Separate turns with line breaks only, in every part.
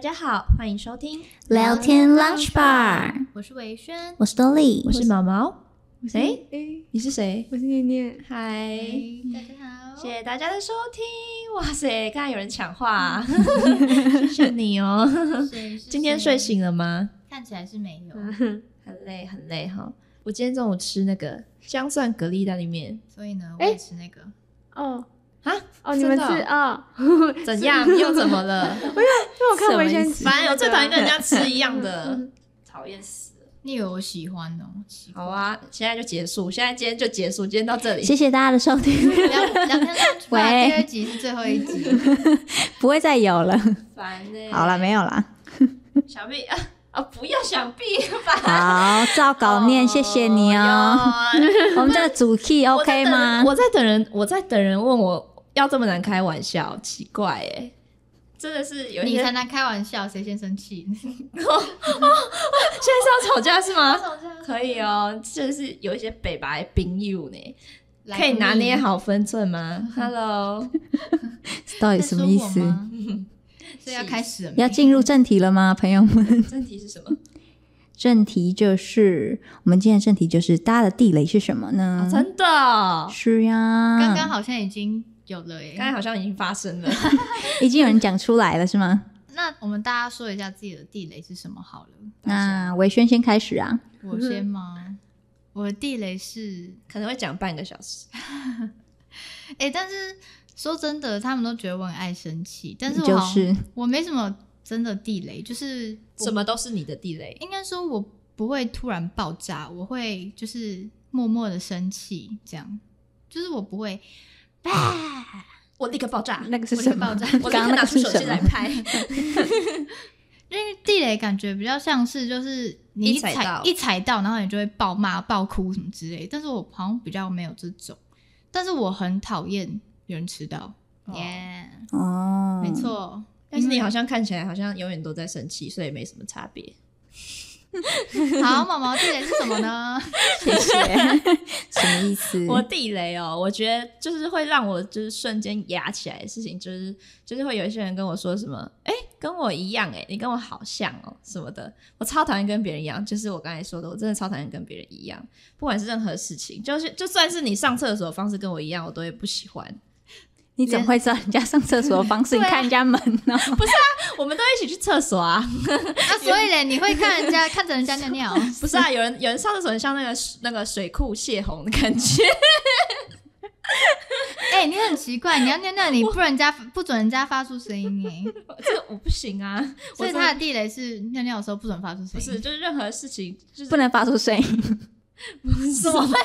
家好，欢迎收听
聊天 Lunch Bar，
我是维轩，
我是 Dolly，
我是毛毛。
是
哎，
哎，
你是谁？
我是念念，
嗨，
大家
谢谢大家的收听。哇塞，刚才有人抢话、啊 谢谢你哦。
好。
今天睡醒了吗？
看起来是没有，
嗯
很累，很累哈。我今天中午吃那个香蒜蛤蜊蛋里面
所以呢，我
哎
也吃那个。
哦
啊，
哦，你们吃
真的
哦，
怎样又怎么了？
因为我看
什么
维
意
先
思
吃，
反正我最讨厌跟人家吃一样 的，讨厌死了。
你以为我喜欢哦？奇怪
嗯好，啊，现在就结束，现在今天就结束，今天到这里。
谢谢大家的收听，
聊聊天 lunch bar
喂
第二集是最后一集，
不会再有 了。
烦欸呢、
好了，没有啦。
想必啊啊，不要想必吧。
好，照稿念，谢谢你哦。
哟。
我们这个主 key
我在
OK
等人
吗？
我在等人，我在等人问我要这么难开玩笑，奇怪哎、真的是有一
你
些
才能开玩笑，谁先生气？
现在是要吵架是吗？
吵架
可以哦，真的是有一些北白冰友呢，
来
可以拿捏
你
好分寸吗 ？Hello，
到
在
底什么意思
说我？吗？ 所以要开始了没
要进入正题了吗，朋友们？
正题是什么？
正题就是我们今天的正题就是大家的地雷是什么呢？
真的哦、
是呀，
刚刚好像已经有了耶
刚。才好像已经发生了，
已经有人讲出来了是吗？
那我们大家说一下自己的地雷是什么好了。
那维轩先开始啊。
我先吗？我的地雷是，
可能会讲半个小时。
哎、但是说真的，他们都觉得我很爱生气，但是我
就
好像
是
我没什么真的地雷，就是我
什么都是你的地雷，
应该说我不会突然爆炸，我会就是默默的生气，这样，就是我不会啪，
我立刻爆炸，
那个是
我就
什么
爆？炸，
我立刻
刚刚那
拿
个
出
是
手机
什么
来拍。
因为地雷感觉比较像是就是你
一
一
踩
踩
到
一踩到，然后你就会暴骂、暴哭什么之类。但是我好像比较没有这种，但是我很讨厌有人迟到。
哦
耶、
哦，
没，错。
但是你好
像
像看起来好像永远都在生气，所以没什么差别。
好，毛毛地雷是什么呢？
谢谢。什么意思？
我地雷哦，我觉得就是会让我就是瞬间压起来的事情，就是就是会有一些人跟我说什么，哎、跟我一样、诶哎，你跟我好像哦什么的，我超讨厌跟别人一样，就是我刚才说的，我真的超讨厌跟别人一样，不管是任何事情，就是就算是你上厕所的方式跟我一样，我都会不喜欢。
你怎么会知道人家上厕所的方
啊
式？你看人家门呢、
我们都一起去厕所啊，
那所以嘞，你会看人家看着人家尿尿，
不是啊，有人有人上厕所很像那个那个水库泄洪的感觉，
哎、你很奇怪，你要尿尿，你不人家不准人家发出声音哎，
这 个我不行啊，我
所以
真的
他的地雷是尿尿的时候不准发出声
不
音。
是，就是任何事情就是
不能发出声 音。
怎么会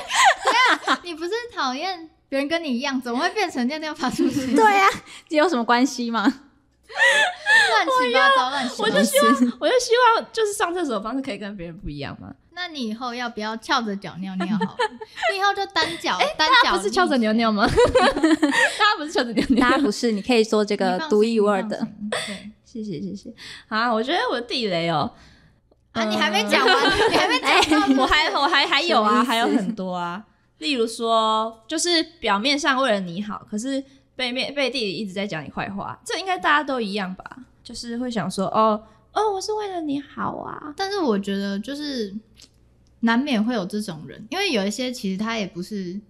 你不是讨厌别人跟你一样，怎么会变成尿尿发出声音？
对
啊
呀、这有什么关系吗？
乱七八糟，乱七
我
八
就
糟。
希 望，我就希望，就是上厕所的方式可以跟别人不一样 嘛。
那你以后要不要翘着脚尿尿好了？你以后就单脚，单脚
大家不是翘着
立
牛尿吗？ 大家不是翘着牛
大家
尿？
不是，你可以做这
你
个
放
独
心
一无二。
你
啊
的。
放心
谢谢谢谢。好，我觉得我的地雷 哦、
对啊，
嗯
你还没讲完， 你还
哎
没讲到
我还我还还有
什么
啊，
意思
还有很多啊。例如说，就是表面上为了你好，可是背面背地里一直在讲你坏话，这应该大家都一样吧？就是会想说，哦哦，我是为了你好啊。
但是我觉得就是难免会有这种人，因为有一些其实他也不是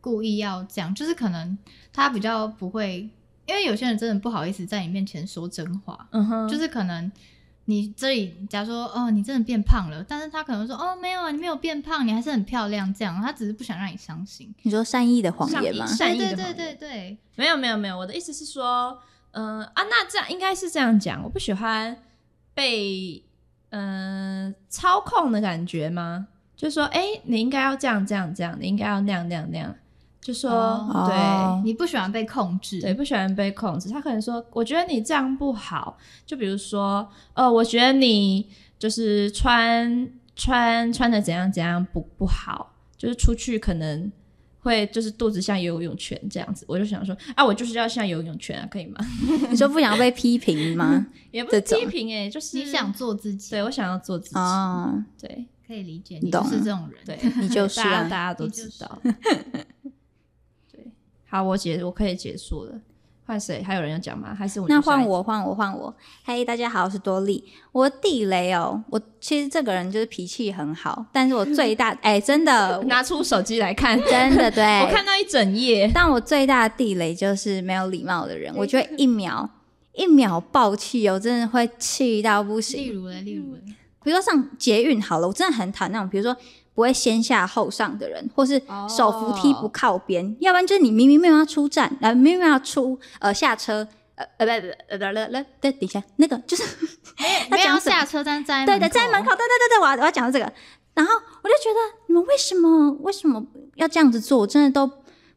故意要这样，就是可能他比较不会，因为有些人真的不好意思在你面前说真话，
嗯哼，
就是可能你这里假如说哦你真的变胖了，但是他可能说哦没有啊你没有变胖，你还是很漂亮这样，他只是不想让你伤心。
你说善意的谎言吗？
善意
对
的
对
谎
对
言
对
没有没有没有，我的意思是说，嗯、啊，那这样应该是这样讲，我不喜欢被嗯、呃操控的感觉吗？就是说，哎、你应该要这样这样这样，你应该要那样那样那样，就说、
哦
对。
对，
哦
你不喜欢被控制，
对，不喜欢被控制。他可能说：“我觉得你这样不好。”就比如说，呃，我觉得你就是穿穿穿的怎样怎样不不好，就是出去可能会就是肚子像游泳圈这样子。我就想说，啊，我就是要像游泳圈啊，可以吗？
你说不想要被批评吗？
也不是
这
批
种嗯
评诶、就是
你想做自己，
对我想要做自己，
哦，
对
可以理解，
你
你就
懂
是
了
这种人。
对，
你就 是
大家大
啊，
家都
你就
知
是
道。对，好，我结我可以结束了。换谁？还有人要讲吗？还是我们
那
就下一
换
题？
我，换我，换我。嗨，大家好，我是多莉。我地雷哦，我其实这个人就是脾气很好，但是我最大 哎、真 的，我
拿出手机来 看，
真的对，
我看到一整页，
但我最大的地雷就是没有礼貌的人，我觉 得一秒一秒爆气哦，真的会气到不
例
行。
如嘞，例如嘞，
比如说上捷运好了，我真的很讨厌那种，比如说不会先下后上的人，或是
哦
手扶梯不靠边，要不然就是你明明没有要出站，呃，明明要出呃下车。呃呃不不呃不不不，对，等一下，那个就是 他
没有
讲
要
什么
下车，但是站
对的，在门口，对对对对，我要我要讲到这个，然后我就觉得你们为什么为什么要这样子做，我真的都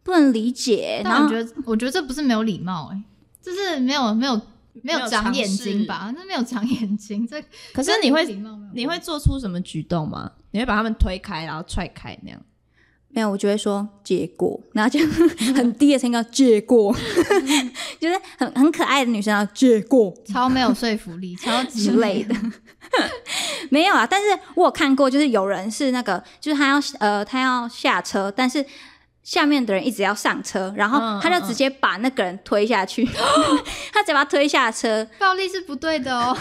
不能理解。然
但
后
我觉得，我觉得这不是没有礼貌、哎，就是没有没有没
没
有
有
长
尝
眼睛
试
吧？那没有长眼睛，这
可是你会
礼貌没有
你会做出什么举动吗？你会把他们推开，然后踹开那样？
没有，我就会说结果，然后就 很低的声音叫结果， 就是很很可爱的女生啊，结果
超没有说服力，超级
之类的。 没有啊，但是我有看过，就是有人是那个，就是他要呃他要下车，但是下面的人一直要上车，然后
嗯
他
嗯
就
嗯
直接把那个人推下去， 他直接把他推下车，
暴力是不对的哦。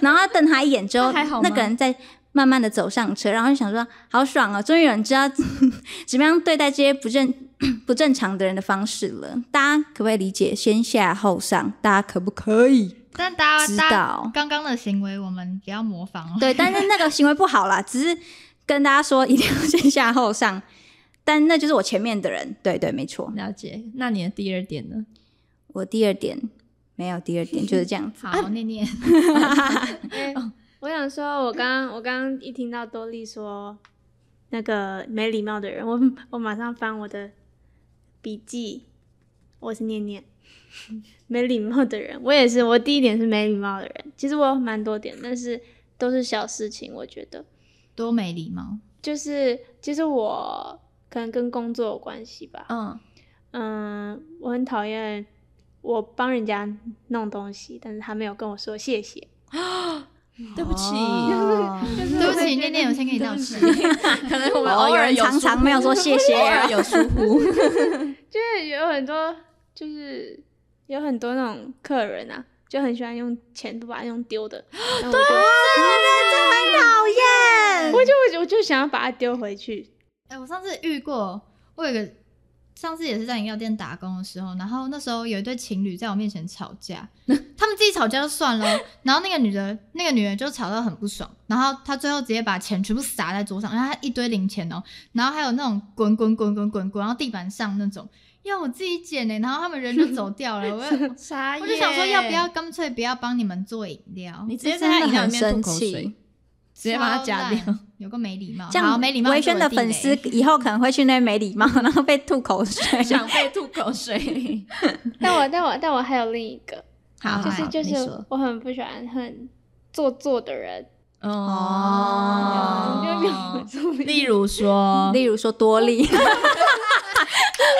然后他瞪他一眼之后，
那还好
那
吗
个人再慢慢的走上车，然后就想说好爽哦，终于有人知道 怎么样对待这些不正 不正常的人的方式了。大家可不可以理解先下后上？大家可不可以？
但大家
知
啊
大
道
家刚刚的行为，我们不要模仿哦。
对，但是那个行为不好啦， 只是跟大家说一定要先下后上。但那就是我前面的人，对对，没错。
了解。那你的第二点呢？
我第二点没有第 二点，就是这样子。
好，念念，
哎我想说，我刚刚我刚刚一听到多莉说那个没礼貌的人，我我马上翻我的笔记，我是念 念。没礼貌的人，我也是。我第一点是没礼貌的人，其实我有蛮多点，但是都是小事情。我觉得
多没礼貌。
就是，其实我可能跟工作有关系吧。
嗯，
嗯，我很讨厌我帮人家弄东西，但是他没有跟我说谢谢。
对不起，
哦
对不起，念念，我先跟你道歉。
可能我们
哦
偶
有
尔
人
有
常
疏
常
忽
没有说谢谢啊
偶尔有疏忽。
就是有很多，就是有很多那种客人啊，就很喜欢用钱都把它用丢的。对，啊
讨厌。
我就我就我就想要把它丢回去。
哎、我上次遇过，我有一个上次也是在饮料店打工的时候，然后那时候有一对情侣在我面前吵 架，他们自己吵架就算了，然后那个女的，那个女的就吵到很不爽，然后她最后直接把钱全部撒在桌上，然后她一堆零钱哦，然后还有那种滚滚滚滚滚滚到地板上那种，要我自己捡呢、然后他们人就走掉了，我 也
傻
我就想说要不要干脆不要帮你们做饮料，
你直接
真
在他
的
饮料
很
里面
生
吐口水
气，，
直接把它夹
超
掉。
烂，有个没礼貌，
这
好
样
没礼貌是我
微
地雷。
轩的粉丝以后可能会去那边没礼貌，然后被吐口水。
想被吐口水。
但我但我但我还有另一个，
好，
就
就是就
好啊
是
你说
我很不喜欢很做作的人。
哦
哦，
例如说，
例如说多利，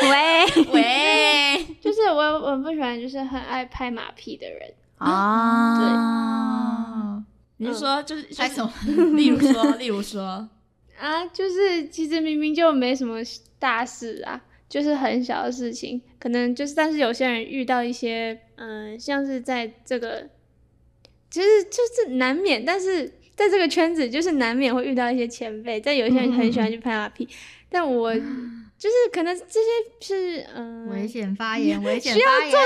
喂
喂，
就是我我很不喜欢，就是很爱拍马屁的人。
啊，
哦，
你是说就是
拍手？
就是例如说， 例如说，
啊，就是其实明明就没什么大事啊，就是很小的事情，可能就是，但是有些人遇到一些，嗯、像是在这个，其实就是难免，但是在这个圈子就是难免会遇到一些前辈，但有些人很喜欢去拍马屁，但我就是可能这些是，嗯、
危
是
险 发言，危险发言。
吧？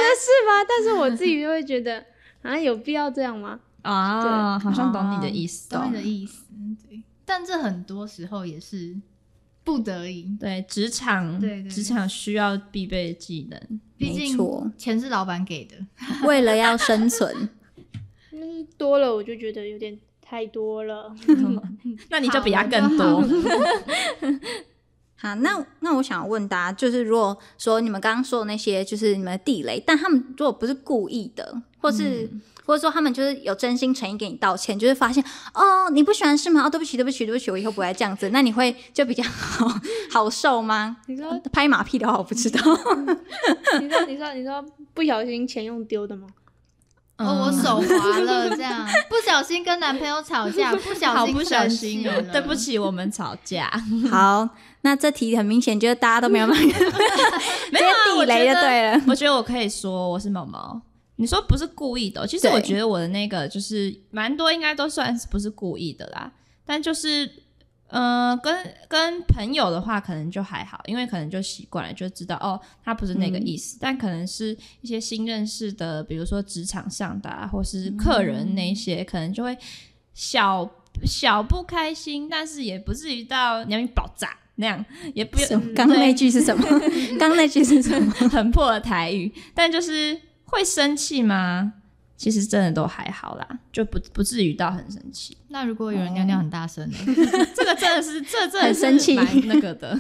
但是我自己就会觉得，啊，有必要这样吗？
啊，好像懂你的意思，
懂你的意思，对。但这很多时候也是不得已，
对，职场，
对对
职场需要必备的技能。
毕
没
竟
错
钱是老板给的。
为了要生存，
就是多了，我就觉得有点太多了。
那你就比他更
好
多
我就。
好，那那我想问大家，就是如果说你们刚刚说的那些，就是你们的地雷，但他们如果不是故意的，或是、或者说他们就是有真心诚意给你道歉，就是发现哦你不喜欢是吗？哦对不起对不起对不起，我以后不会这样子，那你会就比较 好好受吗？
你说
拍马屁的话我不知道，
你说，你说，你说，不小心钱用丢的吗？
嗯
哦，我手滑了，这样 不小心跟男朋友吵架，不小
好
心
不小心
生
哦
气，了
对不。起，我们吵架。
好，那这题很明显就是大家都没有办法
嗯没有啊，我
雷就对了。
我觉得我可以说我是毛毛。你说不是故意的哦，其实
对
我觉得我的那个就是蛮多，应该都算是不是故意的啦。但就是，呃，跟跟朋友的话，可能就还好，因为可能就习惯了，就知道哦，他不是那
嗯
个意思。但可能是一些新认识的，比如说职场上的、啊，或是
嗯
客人那一些，可能就会小小不开心，但是也不至于到你要爆炸那样，也不
什么刚刚那句是什么？ 刚刚那句是什么？
很破的台语，但就是会生气吗？其实真的都还好啦，就不不至于到很生气。
那如果有人尿尿很大声呢，
哦
这个真的是，这真的
很
是
生气
蛮那个的。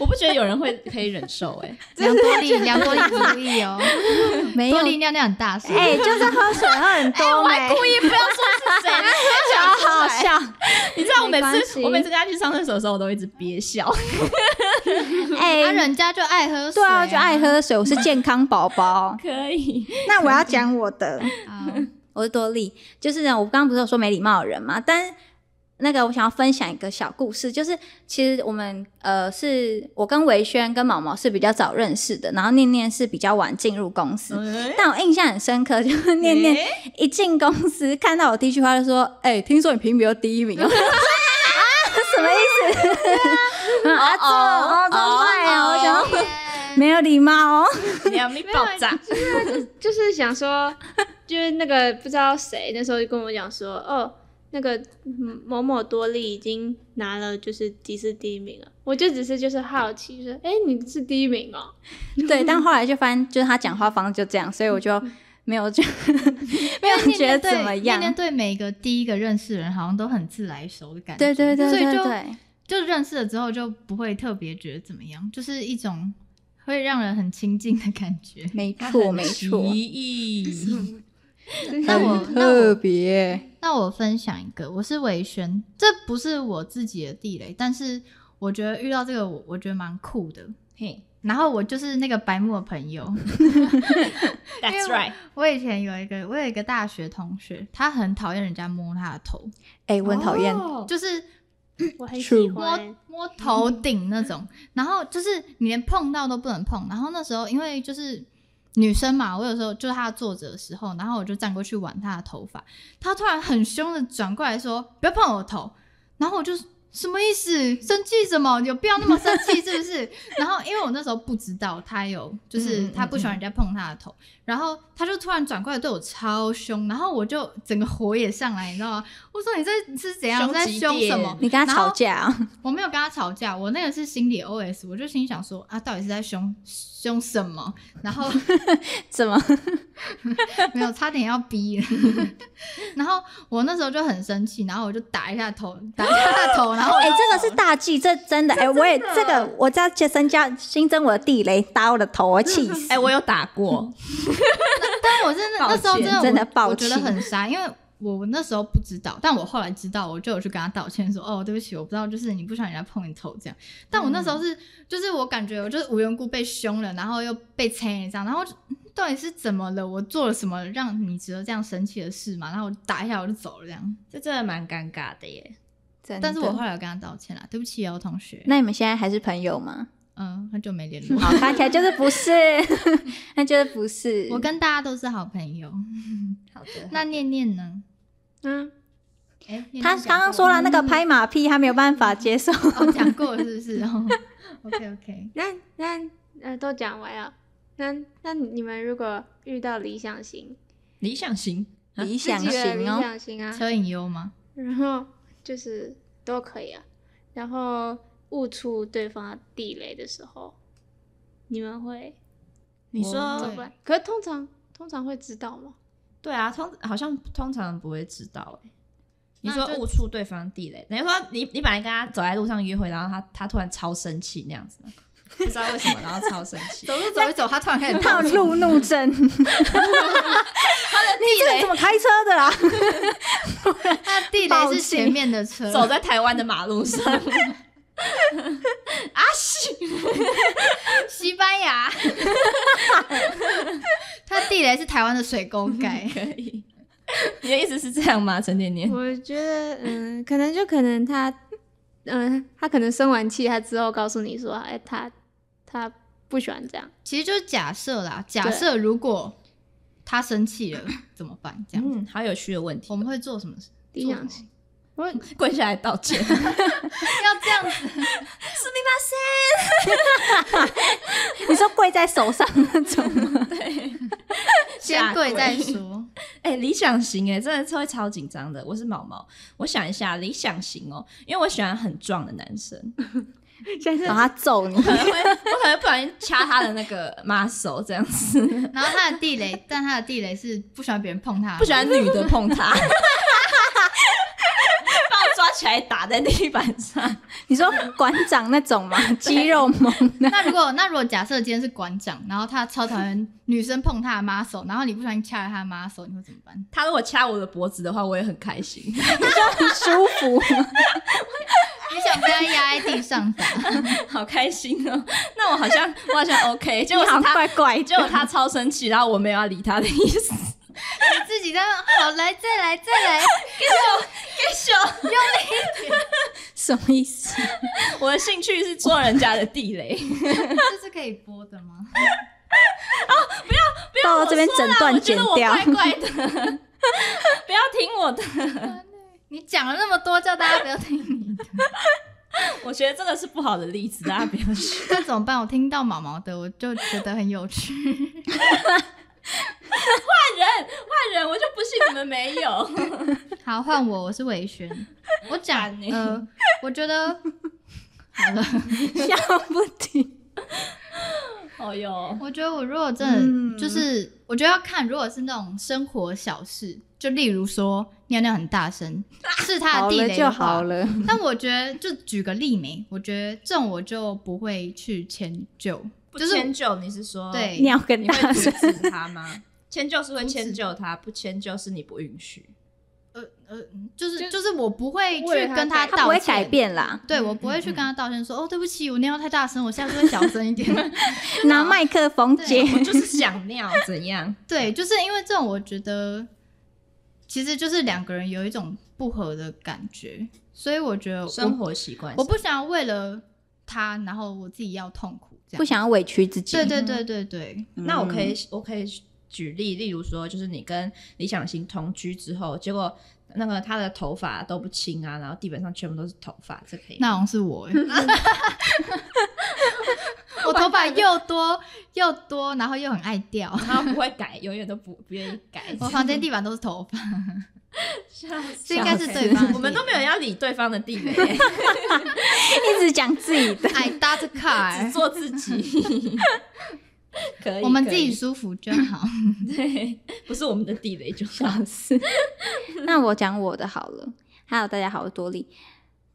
我不觉得有人会可以忍受哎、
梁波 丽，梁波丽注意哦，
没有
波，丽尿尿很大声，哎
哎，就是喝水喝 很多没，
意不要说是谁，
好好笑。
你知道我每
没关系
次我每次跟他去上厕所的时候，我都一直憋笑。。
啊，
哎，
人家就爱喝水，
对啊，我就爱。喝水，我是健康宝宝
可 以，
那我要讲我的，
好
我是多莉，就是呢，我刚刚不是有说没礼貌的人嘛，但是那个我想要分享一个小故事，就是其实我们呃是我跟维轩跟毛毛是比较早认识的，然后念念是比较晚进入公司。
嗯
但我印象很深刻， 就是 念念
哎
一进公司看到我第一句话就说：“哎、听说你评比又第一名。” 啊，什么意 思？啊，这哦，真坏哦！我想要没有礼貌哦。
你要没爆炸，
就是想说，就是那个不知道谁那时候就跟我讲说，哦，那个嗯某某多利已经拿了就是迪士第一名了。我就只是就是好奇，就是哎、诶你是第一名哦，
对，但后来就发 现，就是他讲话方式就这样，所以我就没有觉 没有觉得怎么样
嗯念。念对每一个第一个认识的人，好像都很自来熟的感觉。
对对对
所以
对
就
对，
就认识了之后，就不会特别觉得怎么样，就是一种会让人很亲近的感觉。
没
他
错
很
没
奇
错，
异
那我
很
那我
别。
那我分享一个，我是维轩，这不是我自己的地雷，但是我觉得遇到这个我我觉得蛮酷的。
嘿
然后我就是那个白目的朋友，
，That's right，
我以前有一个我有一个大学同学，他很讨厌人家摸他的头，
哎，我很讨厌。
哦
就是
我很喜欢
摸。摸头顶那种，然后就是你连碰到都不能碰。然后那时候因为就是女生嘛，我有时候就是她坐着的时候，然后我就站过去挽她的头发，她突然很凶的转过来说：“不要碰我的头。”然后我就什么意思？生气什么？有必要那么生气是不是？然后因为我那时候不知道她有，就是她不喜欢人家碰她的头，然后她就突然转过来对我超凶，然后我就整个火也上来，你知道吗？我说你这是怎样
凶
在
极
凶什
点
么？
你跟他
然后
吵架啊？
我没有跟他吵架，我那个是心理 OS，我就心里想说啊，到底是在凶凶什么？然后
怎 么？
没有，差点要逼了。然后我那时候就很生气，然后我就打一下头，打一下他的头，然后我
哎，这个是大忌，这真的。哎，我也这个，我在加增加新增我的地雷，打我的头，我气 死。
哎，我有打过，
但我真的
抱
那
歉
时候真的我
真的抱
我觉得
歉
很傻，因为我那时候不知道，但我后来知道，我就有去跟他道歉说，哦，对不起，我不知道，就是你不想人家碰你头这样。但我那时候
嗯
是，就是我感觉我就是无缘无故被凶了，然后又被牵连这样，然后就嗯到底是怎么了？我做了什么让你值得这样生气的事嘛？然后我打一下我就走了这样。
这真的蛮尴尬的耶。
真的
但是我后来有跟他道歉啦，对不起哦，同学，
那你们现在还是朋友吗？
嗯，很久没联络。
好，看起来就是不是， 那就是不是。
我跟大家都是好朋友。
好的
那念念呢？
嗯，
哎、念念
他
讲
刚刚
过嗯
说
吗
了那个拍马屁，他没有办法接受。
哦，讲过了是不是？哦，OK OK，
那那呃都讲完了。那那你们如果遇到理想型，
理想型，
理想
自己的理
型哦，
想型啊，
车影优吗？
然后就是都可以啊。然后悟出对方的地雷的时候，你们会
你
我
说
怎么办？可是通常通常会知道吗？
对啊，通好像通常不会知道哎、你
那
说
就
误触对方地雷，等于说你你本来跟他走在路上约会，然后他他突然超生气那样子吗，不知道为什么，然后超生气，
走路 走一走，他突然开 始
他有路怒症。你这个怎么开车的啊啦？
他的地
暴
雷
气
是前面的车，
走在台湾的马路上， 阿西
西班牙。 他地雷是台湾的水沟盖，
可以。你的意思是这样吗，陈念 念？
我觉得，嗯，可能就可能他，嗯，他可能生完气，他之后告诉你说，哎、他他不喜欢这样。
其实就是假设啦，假设如果他生气了怎么办？这样、
嗯，好有趣的问题
我，们会做什么事？
理想型，我
跪下来道歉。
要这样子，
你说跪在手 上那种吗？
先跪再说。
哎、理想型哎、真的是会超紧张的。我是毛毛，我想一下，理想型哦、因为我喜欢很壮的男生，
现在
然
是
后他揍你，
可能会我可能会不小心掐他的那个 muscle 这样子，
然后他的地雷，但他的地雷是不喜欢别人碰他，
不喜欢女的碰他，把我抓起来打在地板 上。
你说馆长那种吗？肌肉猛的，
那如果那如果假设今天是馆长，然后他超讨厌女生碰他的 muscle，然后你不小心掐了他的 muscle，你会怎么办？
他如果掐我的脖子的话，我也很开心。
你就很舒服。
你想被他压在地上 打？
好开心哦！ 那我好像我好像 OK，结
你
果
好
是
像
他，
怪怪的，
结果他超生气，然后我没有要理他的意思。
你自己在那好来再来再来，
什么意思？
我的兴趣是做人家的地雷，
这是可以播的吗？
不要
到了
我
这边
说
整
啦
段剪掉
我觉得我怪怪的，不要听我的。
你讲了那么多，叫大家不要听你的，
我觉得这个是不好的例子，大家不要学。
那怎么办？我听到毛毛的，我就觉得很有趣。
换人，换人，我就不信你们没有。
好，换我，我是伟轩，我讲
烦欸
呃，我觉得好了，
笑不停。
哦哟，
我觉得我如果真
嗯
的就是， 我觉得要看，如果是那种生活小事，就例如说尿尿很大声，是他的
好
地
了
雷
就
的
好
话。
了，
但我觉得，就举个例没，我觉得这种我就不会去迁就，
不
就是
迁就，你是说
对
尿更
你
大
会阻
声。
止他吗？迁就是会迁
阻止
就他，不迁就是你不允许。
就是就是我不会
为
去
了他
跟
改
道
变
歉，
他不会改变啦，
对
嗯
我不会去跟他道歉说，哦，对不起，我尿太大声，我下次会小声 一点。啊
拿麦克风接，
我就是想尿，怎样？
对，就是因为这种，我觉得其实就是两个人有一种不合的感觉，所以我觉得
生
我
活习惯，
我不想要为了他，然后我自己要痛苦这
不嗯
样。
想要委屈自己
对。对对对对，
那我可以，我可以举例，例如说，就是你跟理想型同居之后，结果那个他的头发都不清啊，然后地板上全部都是头发，这可以吗？
那好像 是我欸。我头发又多又多，然后又很爱 掉，
然后不会改，永远都不不愿意改。
我房间地板都是头 发，
笑死
这应该是
笑死
对方的地雷。。
我们都没有要理对方的地雷，
一直讲自己的
I d o t
只
car，
做自己。 可以，
我们
可
自己
以
舒服就好。
对， 不是我们的地雷就好。
是， 那我讲我的好了。Hello，大家好，我是多莉。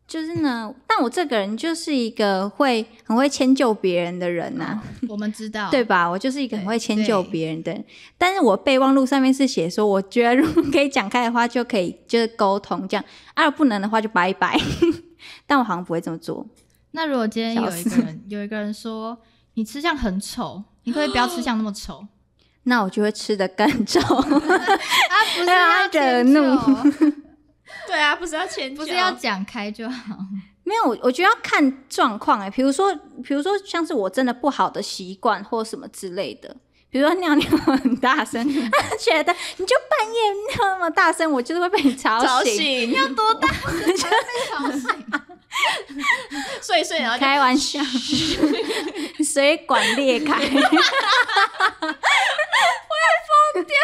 就是呢，但我这个人就是一个会很会迁就别人的人呐、
我们知道，
对吧？我就是一个很会迁就
哦对
别人的人，但是我备忘录上面是写说，我觉得如果可以讲开的话，就可以就是沟通这样，啊，不能的话就拜拜。 但我好像不会这么做，
那如果今天
笑
有一个人，有一个人说你吃相很丑，你可以不要吃相那么丑
那我就会吃的更重。
啊？不是
让他
要
惹
迁
怒
就，
对啊，不是要迁就，
不是要讲开就好。
没有，我我觉得要看状况哎、比如说，比如说像是我真的不好的习惯或什么之类的，比如说尿尿很 大声，他觉得你就半夜尿那么大声，我就是会被你吵醒，
吵醒，要多大？睡一睡，然后就
开 玩笑，水管裂开，我要疯掉，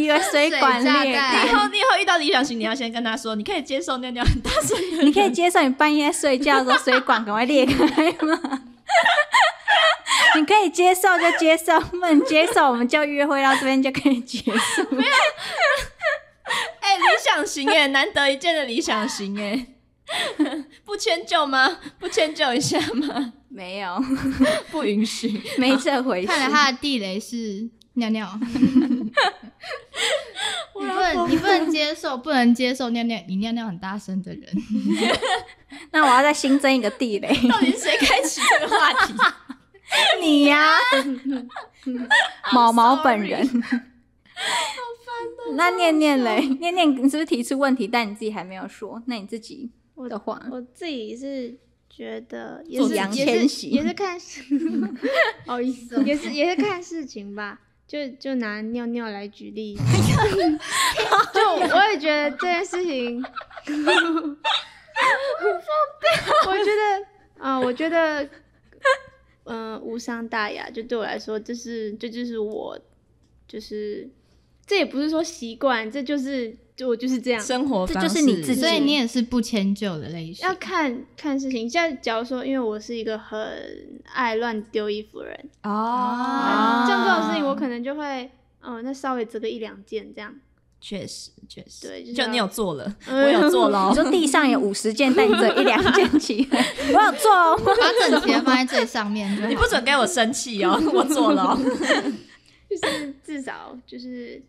以为水管裂
你以
开，
后你以后遇到理想型，你要先跟他说，你可以接受尿尿很大声的人，
你可以接受你半夜睡觉的时候水管赶快裂开吗？ 你可以接受就接受，不能接受我们就约会到这边就可以结束。
哎、理想型哎，难得一见的理想型哎， 不迁就吗？不迁就一下吗？
没有，
不允许。
没这回事。
看来他的地雷是尿尿。你不能，你不能接受，不能接受尿尿，你尿尿很大声的人，
那我要再新增一个地雷，
到底是谁开启这个话题？
你呀、毛毛本人。那念念嘞，念念，你是不是提出问题，但你自己还没有说？那你自己
我
的话，
我自己是觉得也
做
是
杨
也
千
是
玺
也是看事， 好意思哦，也是也是看事情吧。就就拿尿尿来举 例，就我也觉得这件事情，我觉得啊、我觉得，嗯、无伤大雅。就对我来说，这是这就是我，就是这也不是说习惯，这就是就我就是这 样，
生活
这
方
就是你
式
自己
所以你也是不迁就的类型
要。看看事情。像假如说，因为我是一个很爱乱丢衣服的人，
哦，
啊
像这种事情，我可能就会，嗯、那稍微折个一两件这样。
确实确实，
对就是
就
要
你有做了，
嗯
我有 做喽
你，说地上有五十件，但你只有一两件起来， 我有做哦。
把整齐的放在最上面就好。
你不准给我生气哦，我做了哦，
就是至少就是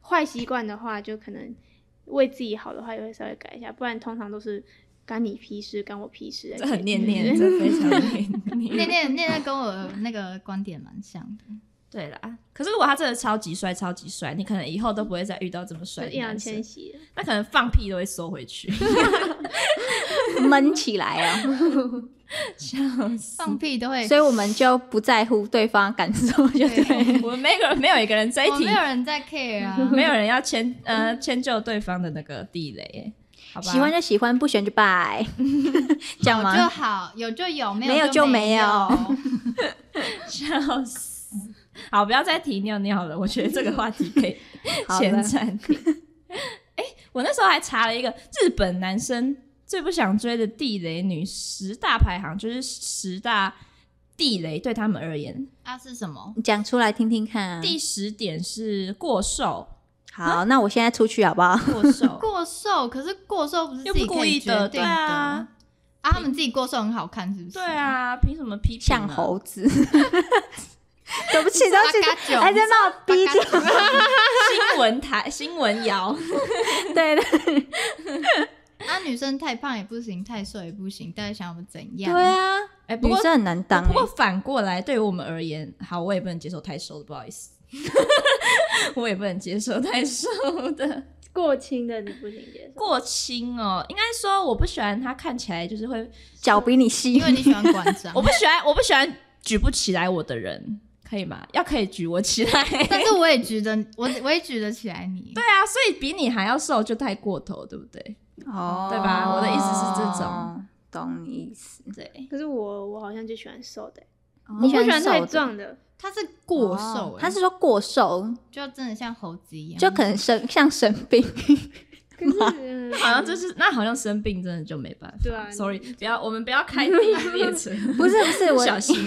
坏习惯的话，就可能为自己好的话，也会稍微改一下，不然通常都是干你屁事，干我屁事。
这很念念，这非常念念。
念念念念跟我那个观点蛮像的，
对啦，可是如果他真的超级帅、超级帅，你可能以后都不会再遇到这么帅
就
的
易烊
男
千
生，
玺，
那可能放屁都会收回去，
闷起来啊，
笑死！
放屁都会。
所以我们就不在乎对方感受，就对。
我们每个人没有一个人在一
我
起
哦没，有人在 care 啊，
没有人要迁呃迁就对方的那个地雷耶，好吧？
喜欢就喜欢，不喜欢就拜，这样
有就
吗？
好，有就有，没
啊没有
有
就没
没
有
笑死！好，不要再提尿尿了，我觉得这个话题可以
好
先
的
暂停。哎、我那时候还查了一个日本男生最不想追的地雷女十大排行，就是十大地雷对他们而言，
啊是什么？
你讲出来听听看啊。
第十点是过瘦，
好，那我现在出去好不好？
过瘦
过瘦，可是过瘦不是
又
自
不
己
故
可
意
以决定
的，对啊，
啊，他们自己过瘦很好看，是不是？
对，啊，凭什么批评
像
呢？
猴子。 对不起，对不
八嘎
起，
囧
还在把我逼掉。 啊
新闻台新闻谣，
对对
啊，女生太胖也不行，太瘦也不行，到底想要我们怎样？
对啊，
哎、不
女
过
生很难当欸。
不过反过来，对于我们而言，好，我也不能接受太瘦的，不好意思， 我也不能接受太瘦的
过轻的你不行接受。
过轻哦。应该说，我不喜欢他看起来就是会，
脚比你细
因，为你喜欢馆长
我，不喜欢，我不喜欢举不起来我的人，可以吗？要可以举我起来。
但是我也举得，我我也举得起来你。
对啊，所以比你还要瘦就太过头，对不对？
哦
对吧我的意思是这种，
懂你意思。
对，
可是我我好像就喜欢瘦的、
你
哦我不喜欢太
瘦的
壮 的。
他是过瘦、
哦
哎
欸，
他是说过瘦，
就真的像猴子一样，
就可能生像生 病。
可是、嗯、
好像就是那好像生病真的就没办法。
对啊
s o r r y 不要，我们不要开地狱列车，
不是不是，我
小心。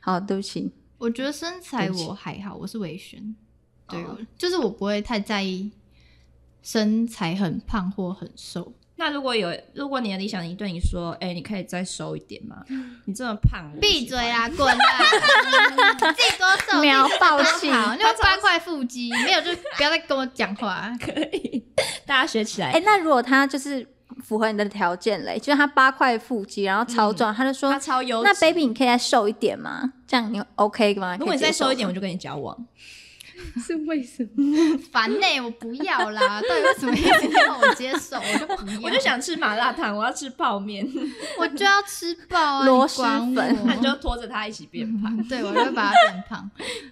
好，对不起，
我觉得身材我还好，我是微醺，对，我就是我不会太在意身材很胖或很瘦。
那如果有，如果你的理想型对你说，哎、你可以再瘦一点吗？你这么胖，我不喜
闭
欢
嘴！ 啦，滚啦！自己多瘦，
秒爆
气，
气
那八块腹肌没有就不要再跟我讲话。啊
大家学起来。
哎、那如果他就是符合你的条件嘞，就是他八块腹肌，然后超壮，他就说
嗯他，超优质。
那 baby 你可以再瘦一点吗？这样你 OK 吗？
如果你
可以
再
接受吗
瘦一点，我就跟你交往。
是为什么？
烦呢、我不要啦！到底为什么一直要我接受？我就 不要，
我就，想吃麻辣烫，我要吃泡面，
我就要吃爆啊！
螺
你管
蛳粉
我嗯
那你就拖着他一起变胖。
对，我就把它 变胖，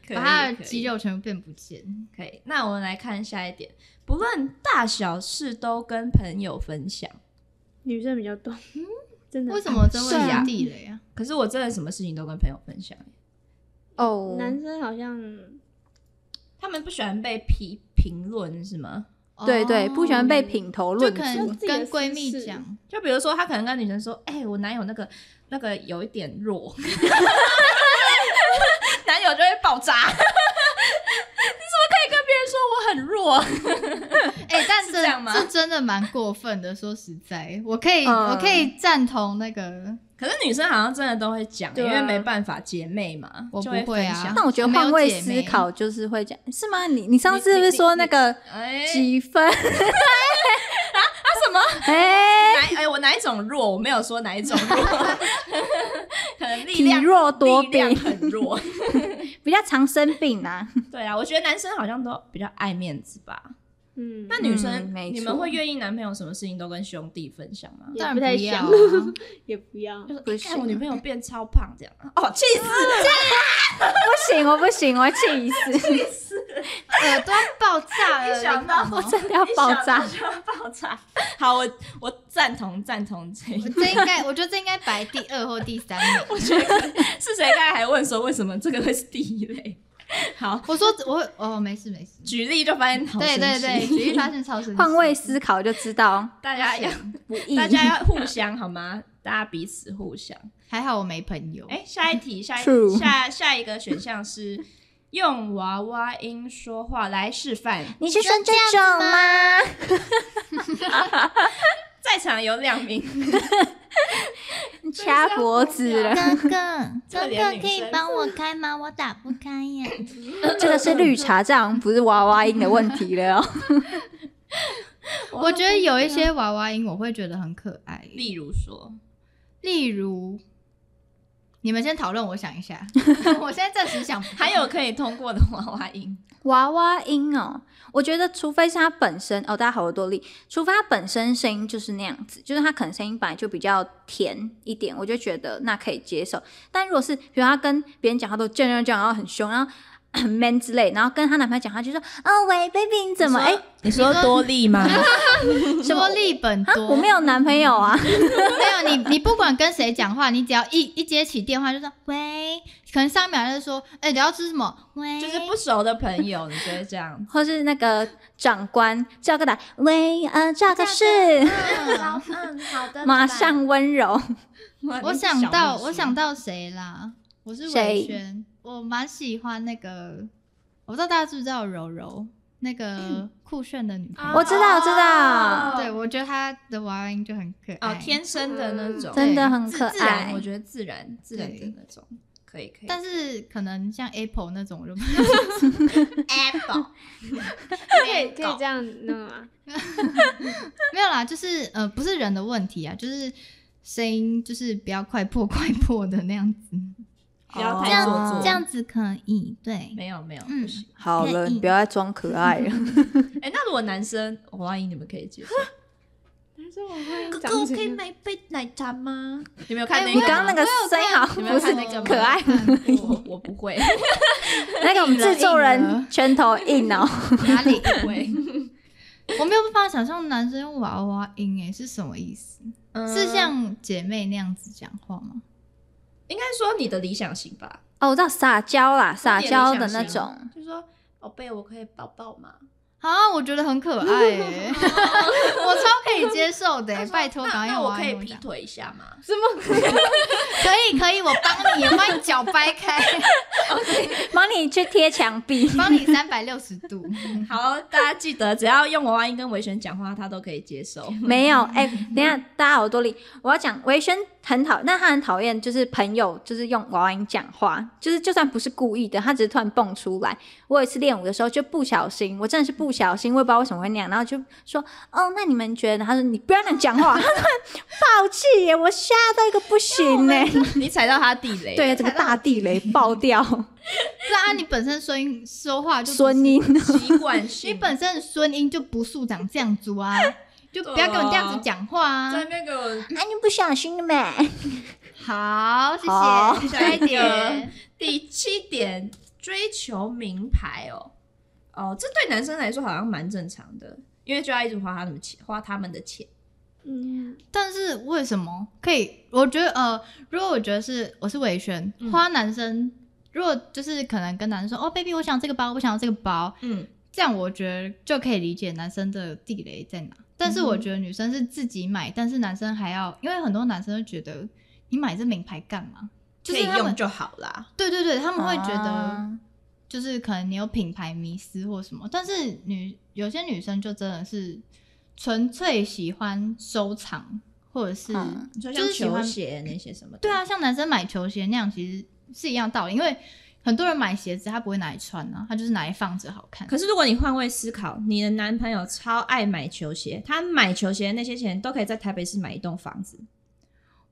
可以
把它的
可以
肌肉全部变不见。
可以。那我们来看下一点，不论大小事都跟朋友分享。
女生比较多， 真的
为什么这
是
会
啊
是地雷啊？
可是我真的什么事情都跟朋友分享，
哦，
男生好像
他们不喜欢被批评论是吗？
对对，不喜欢被
哦
品头
就
论
可
足
能
自己的
跟闺蜜
私事
讲，
就比如说，他可能跟女生说：“哎、我男友那个那个有一点弱。”男友就会爆炸。你怎么可以跟别人说我很弱？
哎、但
是这样吗
这真的蛮过分的。说实在，我可以，
嗯
我可以赞同那个，
可是女生好像真的都会讲、
对啊
因为没办法，姐妹嘛，
我
就
不
会
会啊
分享
但我觉得换位思
没
考就是会讲，是吗？你你上
你
次是不是说那个
哎，
几分？啊啊什
啊么？
哎、
哪一哎、我哪一种弱？我没有说哪一种弱，可能力
体
量
弱多
力量
病，
很弱。
比较常生病啊。
对啊，我觉得男生好像都比较爱面子吧。
嗯，
那女生、
嗯没
你们
错
会愿意男朋友什么事情都跟兄弟分享吗？
当
也
然
不太
要
想
啊，
也不要
就。是
不
哎看我
行
女朋友变超胖这样，哦，气死！
不行，我 不行，我会气死，
耳朵爆炸了，
一想到
你 懂
我
吗
真的要爆炸
一。想到就要爆啊炸！好，我我赞同赞同这一
我这应该，我觉得这应该排第二或第三名。
是谁刚才还问说为什么这个会是第一类？好，
我说我哦，没事没事。
举例就发现好
对对对，
神
只
奇
是发现超神奇。
换位思考就知道
大家要
不易。
大家要互相好吗？大家彼此互相。
还好我没朋友。
哎、下一题，下一
True
下下一个选项是用娃娃音说话来示范。
你是说这种吗？
在场有两名，
掐脖子了，
哥哥，
这连女生
我开吗？我打不开耶。
这个是绿茶，这样不是娃娃音的问题了哦。
我觉得有一些娃娃音我会觉得很可爱，
例如说，
例如，你们先讨论，我想 一下。我现在暂时 想不到，
还有可以通过的娃娃音，
娃娃音哦，我觉得除非是他本身哦，大家好多力，除非他本身声音就是那样子，就是他可能声音本来就比较甜一点，我就觉得那可以接受。但如果是比如他跟别人讲话都这样这样，然后很凶，然后 很 man 之类，然后跟她男朋友讲话就说哦喂，baby 你怎么哎、
你说多利吗？
什么利本
哦啊
多，
我没有男朋友啊，
没有你，你不管跟谁讲话，你只要一一接起电话就说喂，可能上一秒就说哎、你要吃什么？喂，
就是不熟的朋友，你觉得这样？
或是那个长官叫个打喂呃这个是，
嗯
嗯，好的
马上温柔。
我想到我想到谁啦？我是
谁
伟轩，我蛮喜欢那个，我不知道大家知不知道柔柔那个
嗯
酷炫的女朋友，
我知道知道
对我觉得她的娃娃音就很可爱。
哦，天生的那种，
真的
对
很
自
可
自然，
爱
我。觉得自然自然的
对
那种，可以可以。
但是可能像 Apple 那种，我就不
Apple
可以可以这样啊那个吗？
没有啦，就是呃，不是人的问题啊，就是声音就是不要快破 快破的那样子，
不要
哦
这
太
样
做作，
这样子可以，对，
没有没有
嗯
不行。
好了，你不要再装可爱 了。
哎，那如果男生，我万一你们可以接受，
但是我会
哥
长
哥，我
怎
可以
样？
买杯奶茶吗？你没有看那
哎
个？
你刚刚那个声音好
你
像
们有
不是
看那个吗
可爱，
我我不会，
那个我们制作人拳头硬哦。
哪里？
不 会。
我没有办法想象男生用娃娃音诶、是什么意思？
嗯
是像姐妹那样子讲话吗？
应该说你的理想型吧，
哦，我知道撒娇啦，撒娇的那
有点像
种。
就是说宝贝，我可以抱抱吗？
啊，我觉得很可爱 诶、我超可以接受的、
他
欸，
说
拜托，
那
赶快
那
用
我
娃
可
娃
以
音我
劈
讲。
腿一下吗？
可以可以，我帮你，我帮你脚掰开，
帮你去贴墙壁。
帮你三百六十度。
好，大家记得，只要用娃娃音跟维璇讲话，他都可以接 受。
没有，哎、等一下大家好多力，我要讲维轩很讨，那他很讨厌就是朋友就是用娃娃音讲话，就是就算不是故意的，他只是突然蹦出来。我有一次练舞的时候就不小心，我真的是不小心，我也不知道为什么会那样，然后就说哦，那你们觉得？他说你不要那样讲 话，他突然爆气耶，我吓到一个不行呢，
你踩到他地雷，
对，整个大地雷爆 掉，
是啊，你本身声音说话就不
孙 音。
习惯性。
你本身的声音就不素长这样子啊，就不要跟我这样子讲话
在
啊。
那个
啊，你不小心的嘛？
好，谢
好
谢，下一点。
第七点，追求名牌哦，哦，这对男生来说好像蛮正常的，因为就要一直花他们的钱，花他们的钱。
嗯，
但是为什么可以？我觉得呃，如果我觉得是我是伟轩
嗯，
花男生，如果就是可能跟男生说哦，baby，我想这个包，我想要这个包，
嗯，
这样我觉得就可以理解男生的地雷在哪。但是我觉得女生是自己买，但是男生还要，因为很多男生会觉得你买这名牌干嘛？就
可
是
以
他们
用就好啦。
对对对，他们会觉得
啊
就是可能你有品牌迷思或什么，但是女有些女生就真的是纯粹喜欢收藏，或者是、
嗯
你说
就
像
是喜
球
欢
鞋那些什么的，
对啊，像男生买球鞋那样，其实是一样道理，因为很多人买鞋子他不会拿来穿啊，他就是拿来放着好看。
可是如果你换位思考，你的男朋友超爱买球鞋，他买球鞋的那些钱都可以在台北市买一栋房 子，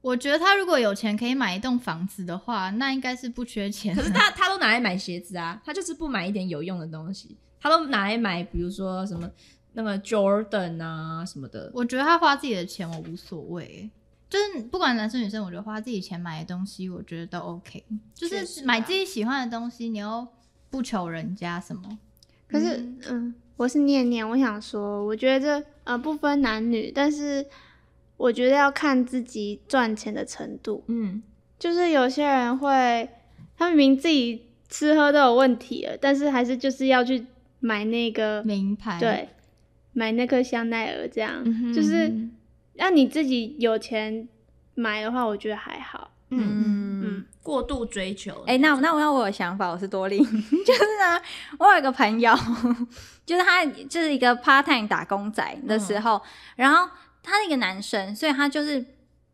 我觉得他如果有钱可以买一栋房子的话，那应该是不缺钱
可
啊。
是他他都拿来买鞋子啊，他就是不买一点有用的东西，他都拿来买，比如说什么。那个 Jordan 啊什么的，
我觉得他花自己的钱我无所谓欸，就是不管男生女生，我觉得花自己钱买的东西，我觉得都 OK，就
确实
是
啊
买自己喜欢的东西，你又不求人家什么。
可是，
嗯
嗯我是念念，我想说，我觉得这呃不分男女，但是我觉得要看自己赚钱的程度。
嗯，
就是有些人会，他们明明自己吃喝都有问题了，但是还是就是要去买那个，
名牌，
对，买那颗香奈儿这样。
嗯哼
就是
嗯
那你自己有钱买的话，我觉得还好。
嗯
嗯，
过度追求。
哎、那那那我有想法，我是多利， 就是呢，我有一个朋友， 就是他就是一个 part time 打工仔的时候，然后他是一个男生，所以他就是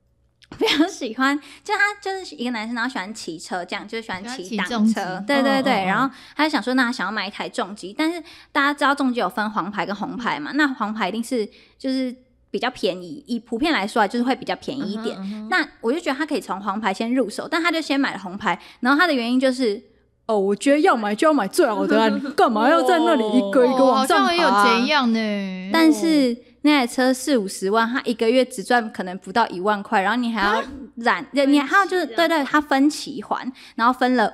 非常喜欢，就他就是一个男生，然后喜欢骑车，这样就是喜欢
喜欢
骑
骑
挡
重
车
机，
对对
嗯
对。
嗯嗯
然后他就想说，那他想要买一台重机，但是大家知道重机有分黄牌跟红牌嘛，那黄牌一定是就是比较便宜，以普遍来说啊，就是会比较便宜一点。
嗯
点
那我就觉得他可以从黄牌先入手，但他就先买了红牌，然后他的原因就是，哦，我觉得要买就要买最好的、啊，你干嘛要在那里一个一个
哦好
往上爬、
像我也有钱一。样呢。
啊但是那台车四五十万，他一个月只赚可能不到一万块，然后你还要染，对你还要就是
分期啊
对对，他分期还，然后分了。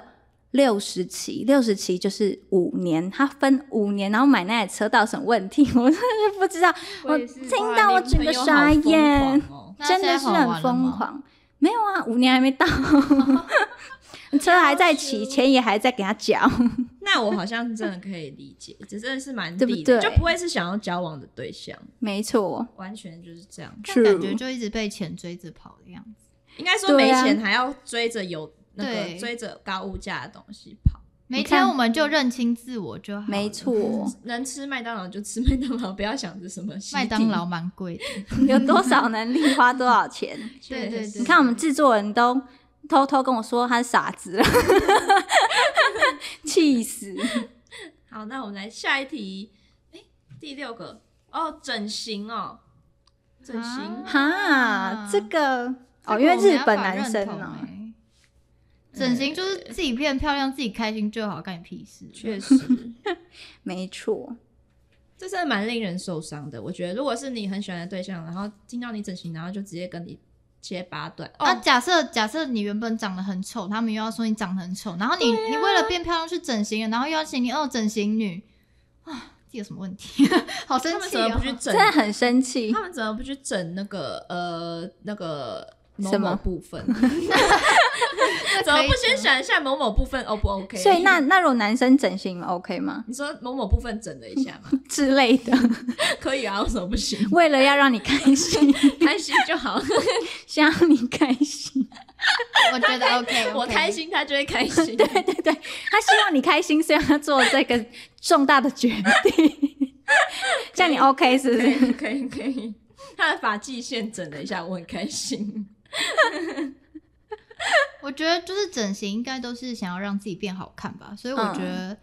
六十期，六十期就是五年，他分五年，然后买那台车到底有什么问题？ 我真的是不知道，我
也是
听到我整个傻眼。
哦
那
真
现
的
在
是
好
很
玩了
疯
吗，
狂。没有啊，五年还没 到，车还在骑，钱也还在给他 缴。
那我好像真的可以理解，这真的是蛮
对不
理的
对
就不会是想要交往的对象，
没错，
完全就是这样。
但感觉
True
就一直被钱追着跑的样子。
应该说
对
没
啊
钱还要追着有那个
对
追着高物价的东西跑，
没
看
钱我们就认清自我就好。
没，错，
能吃麦当劳就吃麦当劳，不要想着什么西
麦当
点
劳。蛮贵的。
有多少能力花多少钱。
确
对对
实
对
你看，我们制作人都偷偷跟我说他是傻子了， 气 死！
好，那我们来下一题。哎，第六个哦，整形哦，整形
啊
哈，这个哦，因为
这个我没
日
办
本
法
男
认
生嗯
同
哦，
欸整形就是自己变漂亮，自己开心就好，干你屁事。
确实，
没错，
这真的蛮令人受伤的。我觉得，如果是你很喜欢的对象，然后听到你整形，然后就直接跟你切八段，哦，
啊，假设假设你原本长得很丑，他们又要说你长得很丑，然后你、你为了变漂亮去整形了，然后又要请你哦整形女啊，这有什么问题？ 好
他
生
们
气
怎么
哦
不！去整
真？的很生气
他。们怎么不去整那个呃那个某
什么
某部分？
那
怎么
可以
不先想一下某某部分 O 不 OK？
所以那那如果男生整形 OK 吗？
你说某某部分整了一下吗？
之类的，
可以啊，为什么不行？
为了要让你开心，
开心就好，
想让你开心。
我觉得 OK，,
我开。心他就会开心。对
对 对，他希望你开心，所以他做这个重大的决定。 这样你 OK 是不
可
是？
以 可以可以，他的发际线整了一下，我很开心。
我觉得就是整形应该都是想要让自己变好看吧，所以我觉
嗯
得、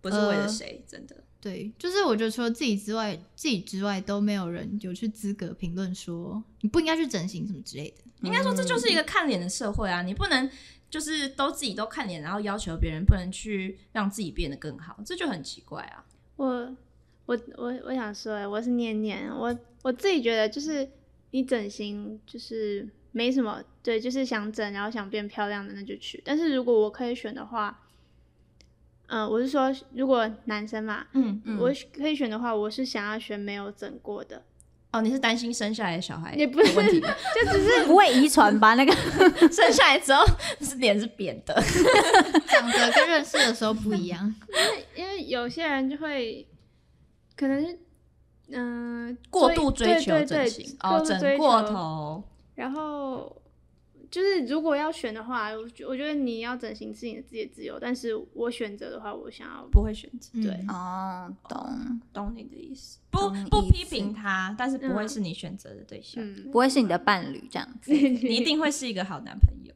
不是
嗯
为了谁，真的。
对，就是我觉得除了自己之外，自己之外都没有人有去资格评论说你不应该去整形什么之类的。
应该说这就是一个看脸的社会啊，你不能就是都自己都看脸，然后要求别人不能去让自己变得更好，这就很奇怪啊。
我我我我想说、欸，我是念念，我我自己觉得就是你整形就是没什么，对，就是想整，然后想变漂亮的那就去。但是如果我可以选的话，嗯、我是说如果男生嘛，
嗯，
嗯
我可以选的话，我是想要选没有整过的，
哦，你是担心生下来的小孩
也不是
有问题吗，
就只是
不会遗传吧？那个
生下来之后是脸是扁的，
长得跟认识的时候不一 样，
因为有些人就会可能是。嗯、
过度追求
对对
整
对
形哦，
过度
整
追
过
求
头。
然后就是如果要选的话，我觉我觉得你要整形是你的自己的自由，但是我选择的话，我想要
不会选择，
嗯
对，
哦，懂，
懂你的意思，不
懂你
不
意思
批评他，但是不会是你选择的对象，
嗯
不会是你的伴侣这样子？
你一定会是一个好男朋友。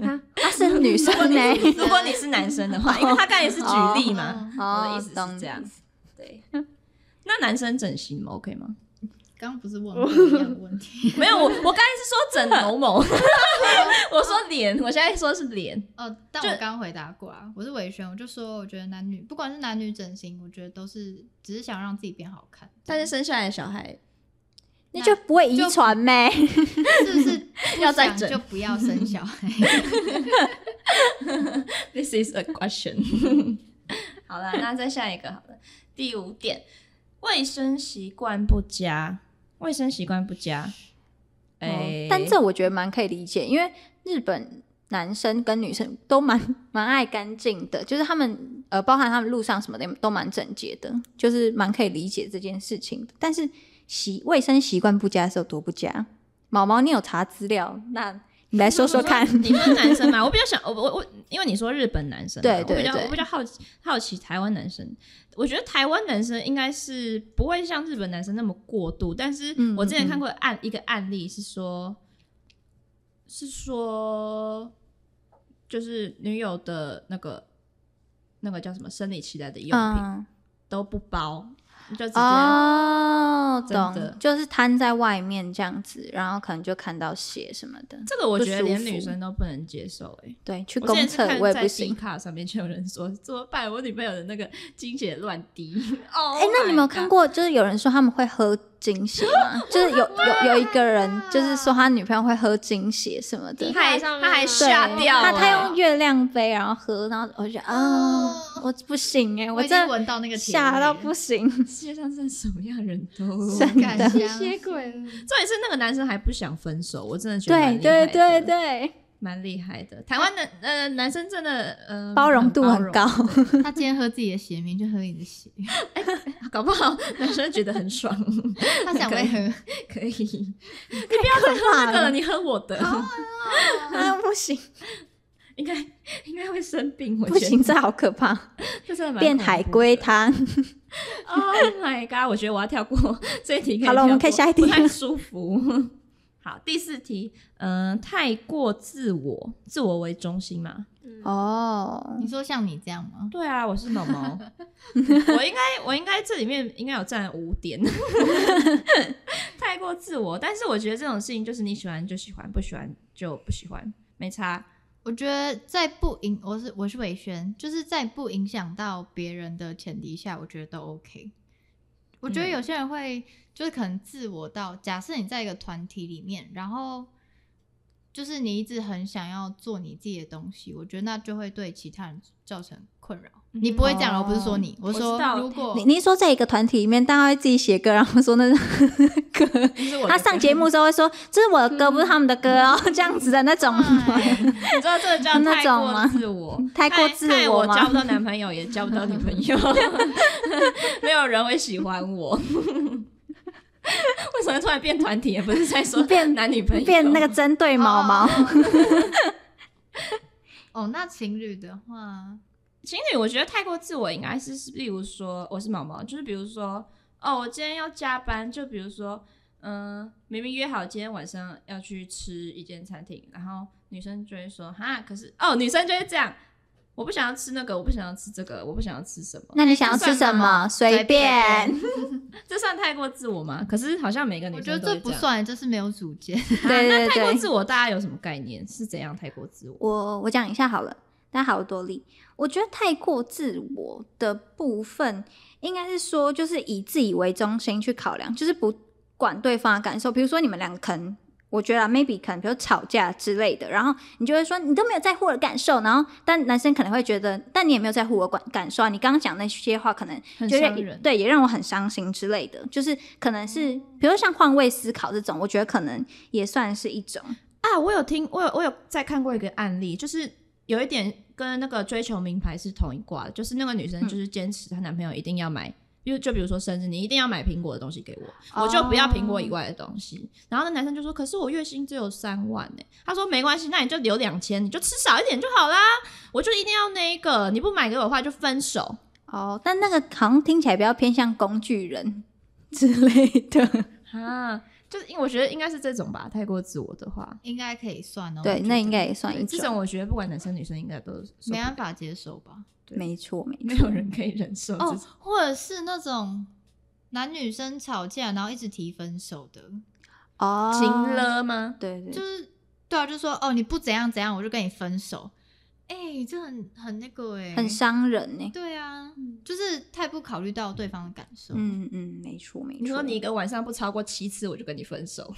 他啊是女生呢、
如果你是男生的话，因为他刚才也是举例嘛，
哦
我的意
哦
思，是
懂
这样。对，那男生整形 OK 吗？
刚刚不是问我一样的问题？
没有，我我刚才是说整某某， 我说脸，我现在说是脸，
哦，但我刚刚回答过啊，我是维轩，我就说我觉得男女不管是男女整形，我觉得都是只是想让自己变好看，
但是生下来的小孩
那就不会遗传呗？
是不是
要
不
再
想
整
就不要生 小孩？
This is a question 。 好了，那再下一个好了。第五点，卫生习惯不佳。卫生习惯不佳，哎、
哦但这我觉得蛮可以理解，因为日本男生跟女生都蛮蛮爱干净的，就是他们呃，包含他们路上什么的都蛮整洁的，就是蛮可以理解这件事情的。但是习卫生习惯不佳是有多不佳？毛毛，你有查资料，那你来说 说看。
你说男生嘛，我比较想，我我我，因为你说日本男生嘛，
对
我比较
对对
我比较好奇好奇台湾男生。我觉得台湾男生应该是不会像日本男生那么过度，但是
嗯
我之前
嗯
看过案、一个案例是说，是说就是女友的那个那个叫什么生理期来的用品、
嗯，
都不包，就直接、
哦，
真的
懂，就是摊在外面这样子，然后可能就看到血什么的。
这个我觉得
不舒
连
服
女生都不能接受哎、欸
对，去
我
公
之前是
厕
看
我也
在
不
D
行。
卡上面就有人说怎么办？我女朋友的那个经血乱 滴。哦，
哎、
Oh
那你们有看？过，就是有人说他们会喝精血吗？ 就是有
Oh
有有一个人，就是说他女朋友会喝精血什么的
他
滴，
还
上面啊
他还
吗
吓
对
掉
他
了，
他用月亮杯然后喝，然后我就觉得啊、
哦
我不行哎、
我已经
真的
闻到那个甜味
吓到
了
不行，
世界上真的什么样的人都有。
真
感
的。
嗯
香
吸鬼
重点是那个男生还不想分手，我真的觉得蛮厉
对
害
对
的
对，对，
蛮厉害的。台湾的呃男生真的呃
包容度
很
很高，
他今天喝自己的血，明天就喝你的血，
包容搞不好男生觉得很爽，
他想被喝。
可 以。你不要再喝那个了，你喝我的，
啊不行
应该应该会生病。我
不
觉得
行，这好可怕，
这真的蛮
变
恐
海
怖
龟
的
汤。
Oh my god！我觉得我要跳过这一题可以跳过。
好了我们可以下一题
不太舒服。好，第四题，嗯、太过自我，自我为中心嘛？
嗯
哦，
你说像你这样吗？
对啊，我是 毛毛，我应该我应该这里面应该有占五点， 太过自我。但是我觉得这种事情就是你喜欢就喜欢，不喜欢就不喜欢，没差。
我觉得在不影，我是我是伟轩，就是在不影响到别人的前提下，我觉得都 OK。我觉得
嗯
有些人会、就是可能自我到，假设你在一个团体里面，然后就是你一直很想要做你自己的东西，我觉得那就会对其他人造成困扰。
嗯
你不会讲了，
哦
我不是说你，我
我知
说
道
如果
你你说在一个团体里面，大家会自己写歌，然后说那是 歌。
就是嗯我
他
的
上
歌
节目，的时候会说：“这是我的歌，不是他们的歌哦。”这样子的那种。
哎
你知道这个叫
哦那
太
种
过
吗
自我，
太过
害
自
害
我
我
吗
交不到男朋友，也交不到女朋 友，没有人会喜欢我。 为什么突然变团体？也不是在说
变
男女朋友，
变那个针对毛毛，
哦，那情侣的话，
情侣，我觉得太过自我应该是，是例如说我是毛毛，就是比如说哦，我今天要加班，就比如说嗯、明明约好今天晚上要去吃一间餐厅，然后女生就会说哈，可是哦，女生就会这样，我不想要吃那个，我不想要吃这个，我不想要吃什么。
那你想要吃什
哦
么？随便。
这算太过自我吗？可是好像每个女
我
生
觉得
都会
这不
样。
算，这是没有主见。
对
啊
对
那太过
对
自我，大家有什么概念？是怎样太过自我？
我我讲一下好了，大家好多力。我觉得太过自我的部分，应该是说就是以自己为中心去考量，就是不管对方的感受。比如说你们两个可能，我觉得、啊、maybe 可能比如吵架之类的，然后你就会说你都没有在乎我的感受，然后但男生可能会觉得，但你也没有在乎我感感受啊。你刚刚讲那些话，可能
很
就
伤
让也
人。
对，也让我很伤心之类的，就是可能是，比如像换位思考这种，我觉得可能也算是一种。
啊，我有听，我有我有在看过一个案例，就是有一点跟那个追求名牌是同一挂的，就是那个女生
嗯
就是坚持她男朋友一定要买。就就比如说生日，你一定要买苹果的东西给我，我就不要苹果以外的东西。然后那男生就说：“可是我月薪只有三万呢、他说：“没关系，那你就留两千，你就吃少一点就好啦。我就一定要那一个，你不买给我的话就分手。”
哦，但那个好像听起来比较偏向工具人 之类 的。
啊，就是因为我觉得应该是这种吧，太过自我的话，
应该可以算哦。我
对，
觉
那
得
应该也算
对
一
这种
种。
我觉得不管男生女生应该都受
没
不
办
了，
法接受吧？
对
没错，没
没
错。
有人可以忍受这
哦
种。，
或者是那种男女生吵架，然后一直提分手的，
哦，
情，了吗？
对对，
就是对啊，就说哦你不怎样怎样，我就跟你分手。哎、这很很那个哎、
很伤人欸呢、
对啊，就是太不考虑到对方的感受。
嗯嗯，没错没 错。
你说你一个晚上不超过七次，我就跟你分手。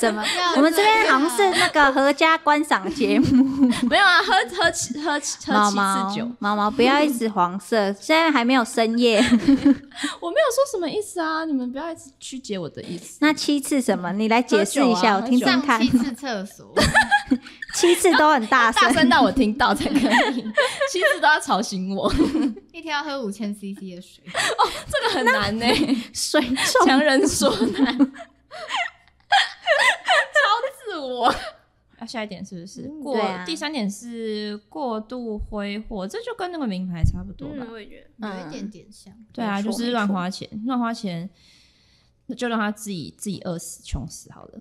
怎么
要？啊
我们这边
这
好
样
像是那个合家观赏节 目，
没有啊，喝喝七喝七喝
毛
七次
毛
酒，
毛毛不要一直黄色，现在还没有 深夜。
我没有说什么意思啊，你们不要一直曲解我的意思。
那七次什么？你来解释一
喝酒啊
下，我听
喝酒
听
啊
上
看
七。次厕所，
七次都很大
大声
声，
到我听到才可以， 妻子都要吵醒 我，这
一天要喝五千 CC 的水。
个很难欸呢、
水重。
强人所难， 超自我。啊，下一点是不是过？
对啊
第三点是过度挥霍，这就跟那个名牌差不多吧？
嗯，我也觉得。
有一点点像。
对啊，
没
就
错
是乱花钱，乱花钱，那就让他自己自己饿死、穷死好 了。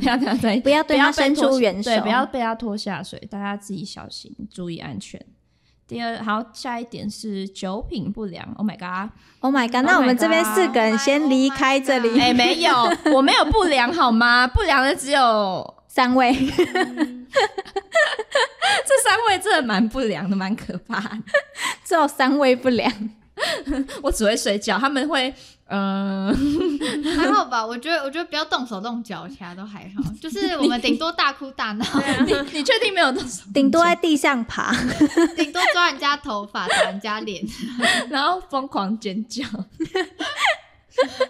不要跟他在一起，
不要对他
被
伸
拖
出
下
援手
对，不要被他拖下水，大家自己小心，注意安全。第二，好，下一点是酒品不良。Oh my god！
Oh my god！那我们这边四个人
god
先离开这里
Oh my god
哎、没有，我没有不良好吗？不良的只有
三 位，
这三位真的蛮不良的，蛮可怕的。
只有三位不良。
我只会睡觉，他们会，呃，
还好吧，我觉得我觉得不要动手动脚，其他都还好。就是我们顶多大哭大闹，
啊
你你确定没有动手？
顶多在地上爬，
顶多抓人家头发、打人家脸。
然后疯狂尖叫。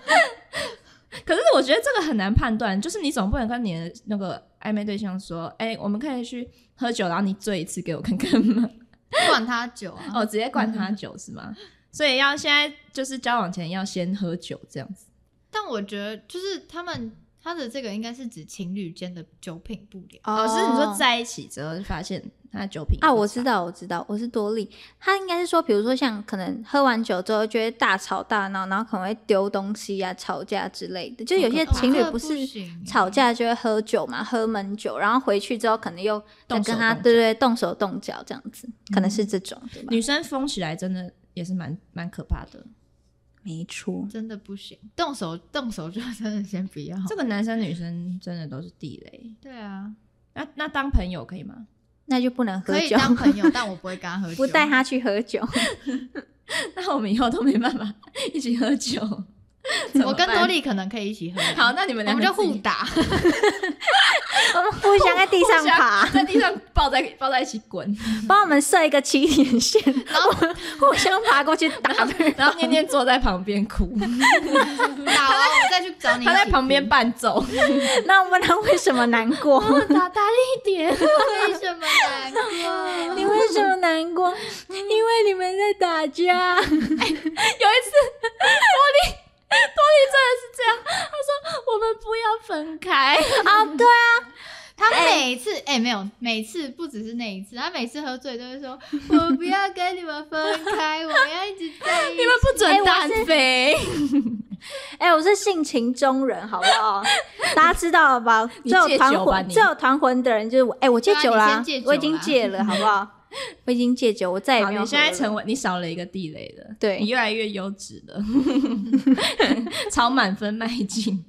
可是我觉得这个很难判断，就是你总不能跟你的那个暧昧对象说，哎、我们可以去喝酒，然后你醉一次给我看看吗？
不管他酒啊，
哦，直接灌他酒是吗？所以要现在就是交往前要先喝酒这样子。
但我觉得就是他们他的这个应该是指情侣间的酒品不良。
哦，是你说在一起之后就发现他的酒品
啊？
很
我
差
知道，我知道，我是多利。他应该是说，比如说像可能喝完酒之后就会大吵大闹，然后可能会丢东西啊、吵架之类的。就有些
哦
情侣
这
不
个不
是
行
吵架就会喝酒嘛，喝闷酒，然后回去之后可能又再
动手
跟他
动
对对动手动脚这样子，可能是这种对吧？
女生疯起来真的也是蛮蛮可怕的。
哦
没错，
真的不行，动手动手就真的先不要。
这个男生女生真的都是地雷。
对啊，
那那当朋友可以吗？
那就不能喝
可以
酒，
当朋友，但我不会跟他喝 酒。
不带他去喝酒。
那我们以后都没办法一起喝 酒。怎么
我跟
办
多利可能可以一起喝。
好，，那你们
我
两
们
个
就
自己
互打。
我们互相在地上
互相
爬，
在地上抱在抱在一起滚，
帮我们设一个起点线，然后
哦
互相爬过去打 对
然
方
后念念坐在旁边 哭，
打完我再去找你一起
他在
哭。
旁边伴奏。
那我问他为什么难过？
打大力一点，
为什么难 过？
你为什么难过？因为你们在打架。
有一哎次，多利多利真的是这样，他说我们不要分开，
啊，对啊，
他每次哎、没有，每次不只是那一次，他每次喝醉都会说：“我不要跟你们分开，我要一直在一
你
起。
们不
哎
准
我
单
是
飞。
哎、我是性情中人，好不 好？大家知道了吧？只
你戒酒吧
有团魂，
你
只有团魂的人就是我。哎、我戒酒啦、
对啊你先戒酒啦
我已经戒了，好不好？我已经戒酒，我再
哎
也
好，
没有。
你现在成
为，
为你少了一个地雷了，
对
你越来越优质了，朝满分迈进。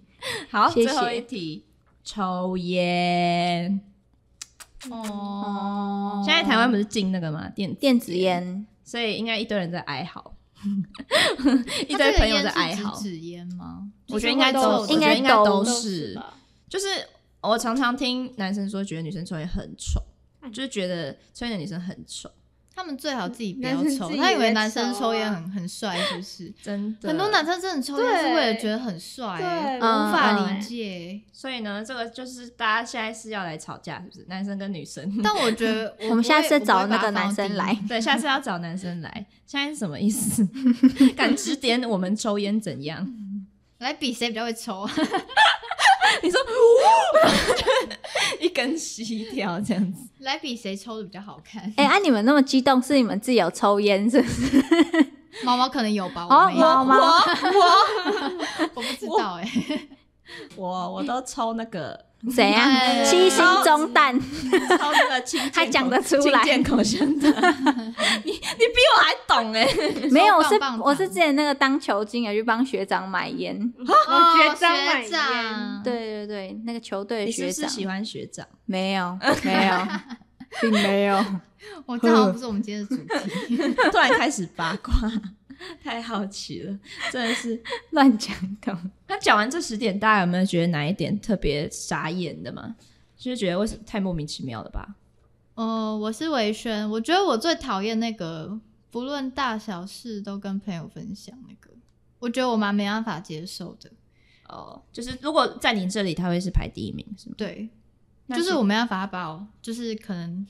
好，
谢谢
最后一题，抽烟。”
哦
现在台湾不是禁那个吗？电
电子，烟，
所以应该一堆人在哀嚎，一
一
堆朋友在哀嚎。
纸烟吗？
我觉得应该
就是
都
会，
我
应
觉
该
得应该都
都
是，
吧
就是我常常听男生说，觉得女生抽烟很丑，就是觉得抽烟的女生很丑，
他们最好自己不
男
要
生自己
抽，
也
他以为
在
男生
抽
抽烟
啊
很很帅，是不 是？
真的。
很多男生真的抽烟是为了
对
觉得很帅、
哎
对，
欸，无
嗯
无
法
法
理
理解。
解。
所以呢，这个就是大家现在是要来吵架，是不是？男生跟女生。
但我 觉得我
嗯我们
不
下
会
次
我不
找
会
那个
把它放
男生
低
来。
对，下次要找男生来。现在是什么意思？ 敢指点我们抽烟怎样？
来比谁比较会抽。
你说， 一根吸掉这样子，
来比谁抽的比较好看。
哎、啊，你们那么激动，是你们自己有抽烟是不是？
毛毛可能有吧，我
哦，
没有，
毛毛，
我不知道哎、
我我都抽那个
怎样
哎？
七星中弹，
超那个清健口，
还讲得出来
清健口香 糖，你你比我还懂哎、
没有，我是
棒棒糖
我是之前那个当球精有去帮学长买烟，
哦
学长买
学长，
对对对，那个球队的
你是
学
不
长
是喜欢学长？
没有没有， 并没有。
我这好像不是我们今天的主题。
突然开始八卦，太好奇了，真的是。
乱讲的。
那讲完这十点，大家有没有觉得哪一点特别傻眼的吗？就是觉得为什么太莫名其妙了吧？
哦，我是维轩，我觉得我最讨厌那个不论大小事都跟朋友分享那个，我觉得我蛮没办法接受的。
哦，就是如果在你这里，他会是排第一名，是吗？
对，
那
就是
是
我没办法把我，就是可能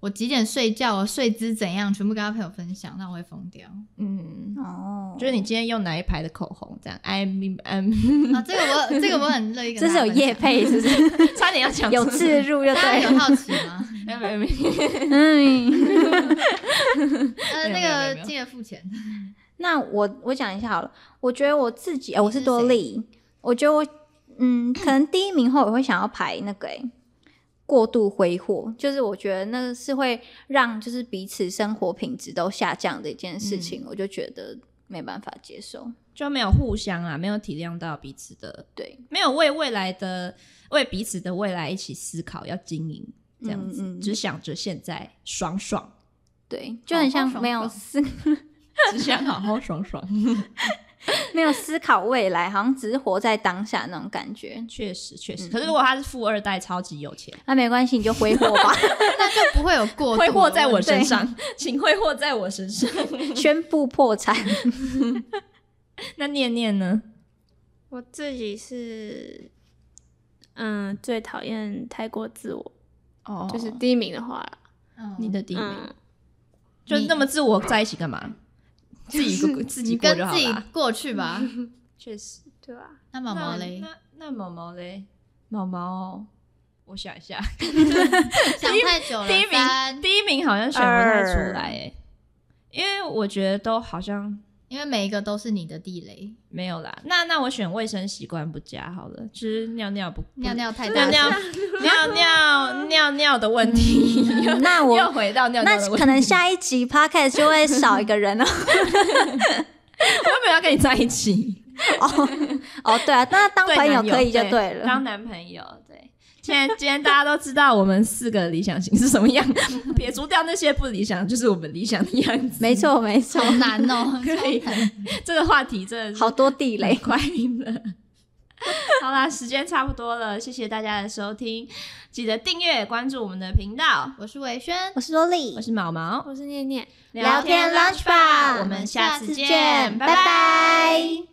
我几点睡觉，我睡姿怎样，全部跟他朋友分享，那我会疯掉。啊
嗯，
哦，
就是你今天用哪一排的口红，这样？I mean，嗯，
啊，这个我这个我很乐意跟
这
大
是
家
有
分享。
业配， 是不 是？
差点要讲
有
出
置 入就
大家
对
有
了。
好奇吗？
来，没有没有，
嗯，
呃，
没有没
那
有没有没
个
有
记得付钱。
那我我讲一下好了，我觉得我自己，呃我是
是
多
谁
利，我觉得我嗯，可能第一名后我会想要排那个、欸、过度挥霍，就是我觉得那个是会让就是彼此生活品质都下降的一件事情，我就觉得没办法接受。
就没有互相啊，没有体谅到彼此的，
对，
没有为未来的为彼此的未来一起思考，要经营这样子，
嗯嗯
只想着现在爽爽，
对，就
好
很
好
像
爽
没有
爽
思
只想好好爽爽。
没有思考未来，好像只是活在当下那种感觉。
确实确实，
嗯
可是如果他是富二代，超级有钱，
那、没关系，你就挥霍吧。
那就不会有 过度
挥霍
的
在我
问题
身上，请挥霍在我身上。
宣布破产。
那念念呢？
我自己是，嗯，最讨厌太过自我，
哦
就是第一名的话啦，
嗯
你的第一名，
嗯，
就那么自我在一起干 嘛？自己过自己
你
过
跟
就好
自己
啦。
过去吧。
确实，
对啊吧？
那毛毛嘞，
那那毛毛嘞，毛毛哦，我想一下，
想太久了。
第一名
三
第一名好像选不太出
二
来哎，因为我觉得都好像
因为每一个都是你的地雷，
没有啦。那那我选卫生习惯不佳好了，就是尿尿不
尿尿太
尿
大
尿
声。
尿 尿尿尿的问题，
嗯那
又
我
回到尿
那
尿的问题。
可能下一集 podcast 就会少一个人 哦了。
我又没有要跟你在一起，
哦哦，对啊，那当
对
朋友
男友
可以就
对
对了。
当男朋友对。现在今天大家都知道我们四个理想型是什么样，撇除掉那些不理想，就是我们理想的样子。
没错没错
好，难哦，
可以
超难
这个话题真的是
好多地
累
雷。
快乐。好啦，时间差不多了，谢谢大家的收听，记得订阅关注我们的频道。
我是维轩
我，是萝莉
我，是毛毛，
我是念念。
聊天 lunch bar
我们下次见，
拜拜